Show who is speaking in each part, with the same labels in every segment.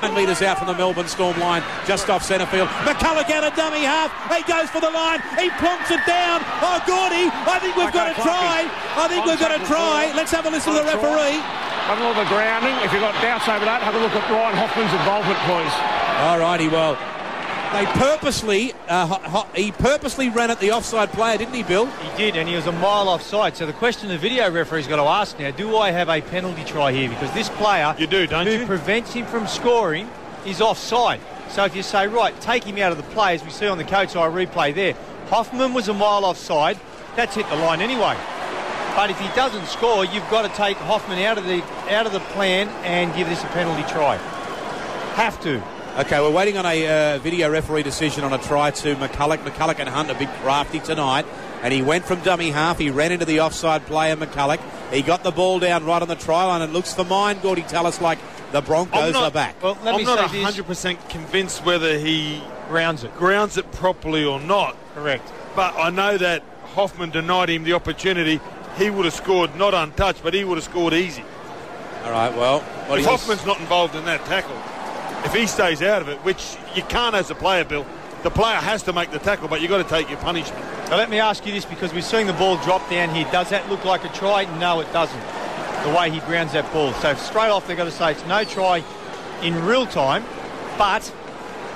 Speaker 1: seven metres out from the Melbourne Storm line, just off centre field. McCulloch out of dummy half. He goes for the line. He plonks it down. Oh, Gordy, I think we've got a try. I think we've got a try. Let's have a listen to the referee.
Speaker 2: Have a look at the grounding. If you've got doubts over that, have a look at Ryan Hoffman's involvement, please.
Speaker 1: All righty, well, they purposely, uh, ho- ho- he purposely ran at the offside player, didn't he, Bill?
Speaker 3: He did, and he was a mile offside. So the question the video referee's got to ask now: Do I have a penalty try here? Because this player,
Speaker 4: You do, don't
Speaker 3: who
Speaker 4: you?
Speaker 3: prevents him from scoring, is offside. So if you say right, take him out of the play, as we see on the coach eye replay there, Hoffman was a mile offside. That's hit the line anyway. But if he doesn't score, you've got to take Hoffman out of the out of the plan and give this a penalty try. Have to.
Speaker 1: Okay, we're waiting on a uh, video referee decision on a try to McCulloch. McCulloch and Hunt are big crafty tonight, and he went from dummy half. He ran into the offside player, McCulloch. He got the ball down right on the try line, and looks for mine, Gordy Tallis, like the Broncos are back.
Speaker 3: Well, let
Speaker 4: I'm
Speaker 3: me
Speaker 4: not
Speaker 3: say this.
Speaker 4: 100% convinced whether he
Speaker 3: Grounds it.
Speaker 4: grounds it properly or not.
Speaker 3: Correct.
Speaker 4: But I know that Hoffman denied him the opportunity. He would have scored not untouched, but he would have scored easy.
Speaker 1: All right, well, what do
Speaker 4: If
Speaker 1: you-
Speaker 4: Hoffman's not involved in that tackle, if he stays out of it, which you can't as a player, Bill, the player has to make the tackle, but you've got to take your punishment.
Speaker 3: Now let me ask you this because we're seeing the ball drop down here. Does that look like a try? No, it doesn't. The way he grounds that ball. So straight off they've got to say it's no try in real time, but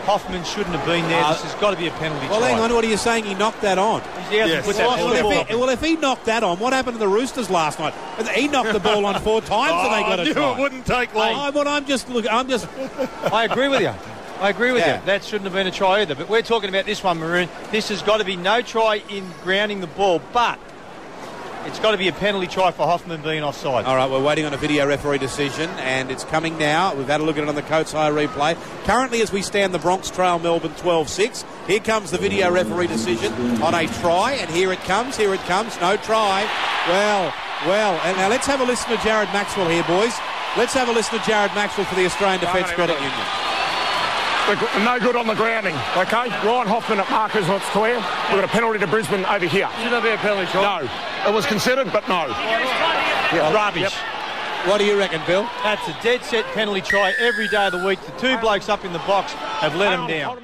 Speaker 3: Hoffman shouldn't have been there.
Speaker 1: Uh,
Speaker 3: this has got to be a penalty
Speaker 1: well,
Speaker 3: try.
Speaker 1: hang on. What are you saying? He knocked that on.
Speaker 3: He hasn't
Speaker 4: Yes.
Speaker 3: put that
Speaker 1: Well,
Speaker 3: ball
Speaker 1: well,
Speaker 3: in
Speaker 1: if
Speaker 3: properly.
Speaker 1: he, well, if he knocked that on, what happened to the Roosters last night? He knocked the ball on four times, and they
Speaker 4: Oh,
Speaker 1: got
Speaker 4: I
Speaker 1: a
Speaker 4: knew
Speaker 1: try.
Speaker 4: it wouldn't take long.
Speaker 1: I, well, I'm just look. I'm just
Speaker 3: I agree with you. I agree with
Speaker 1: Yeah.
Speaker 3: you. That shouldn't have been a try either. But we're talking about this one, Maroon. This has got to be no try in grounding the ball, but it's got to be a penalty try for Hoffman being offside.
Speaker 1: All right, we're waiting on a video referee decision, and it's coming now. We've had a look at it on the Coates High replay. Currently, as we stand, the Bronx trail Melbourne 12 6. Here comes the video referee decision on a try, and here it comes, here it comes, no try. Well, well, and now let's have a listen to Jared Maxwell here, boys. Let's have a listen to Jared Maxwell for the Australian Defence Credit Union.
Speaker 2: The gr- No good on the grounding, okay? Ryan Hoffman at markers, it's clear. We've got a penalty to Brisbane over here. Should there be a penalty shot? No. It was considered, but no. Yeah,
Speaker 3: Rubbish.
Speaker 2: Yep.
Speaker 1: What do you reckon, Bill?
Speaker 3: That's a dead set penalty try every day of the week. The two blokes up in the box have let him down.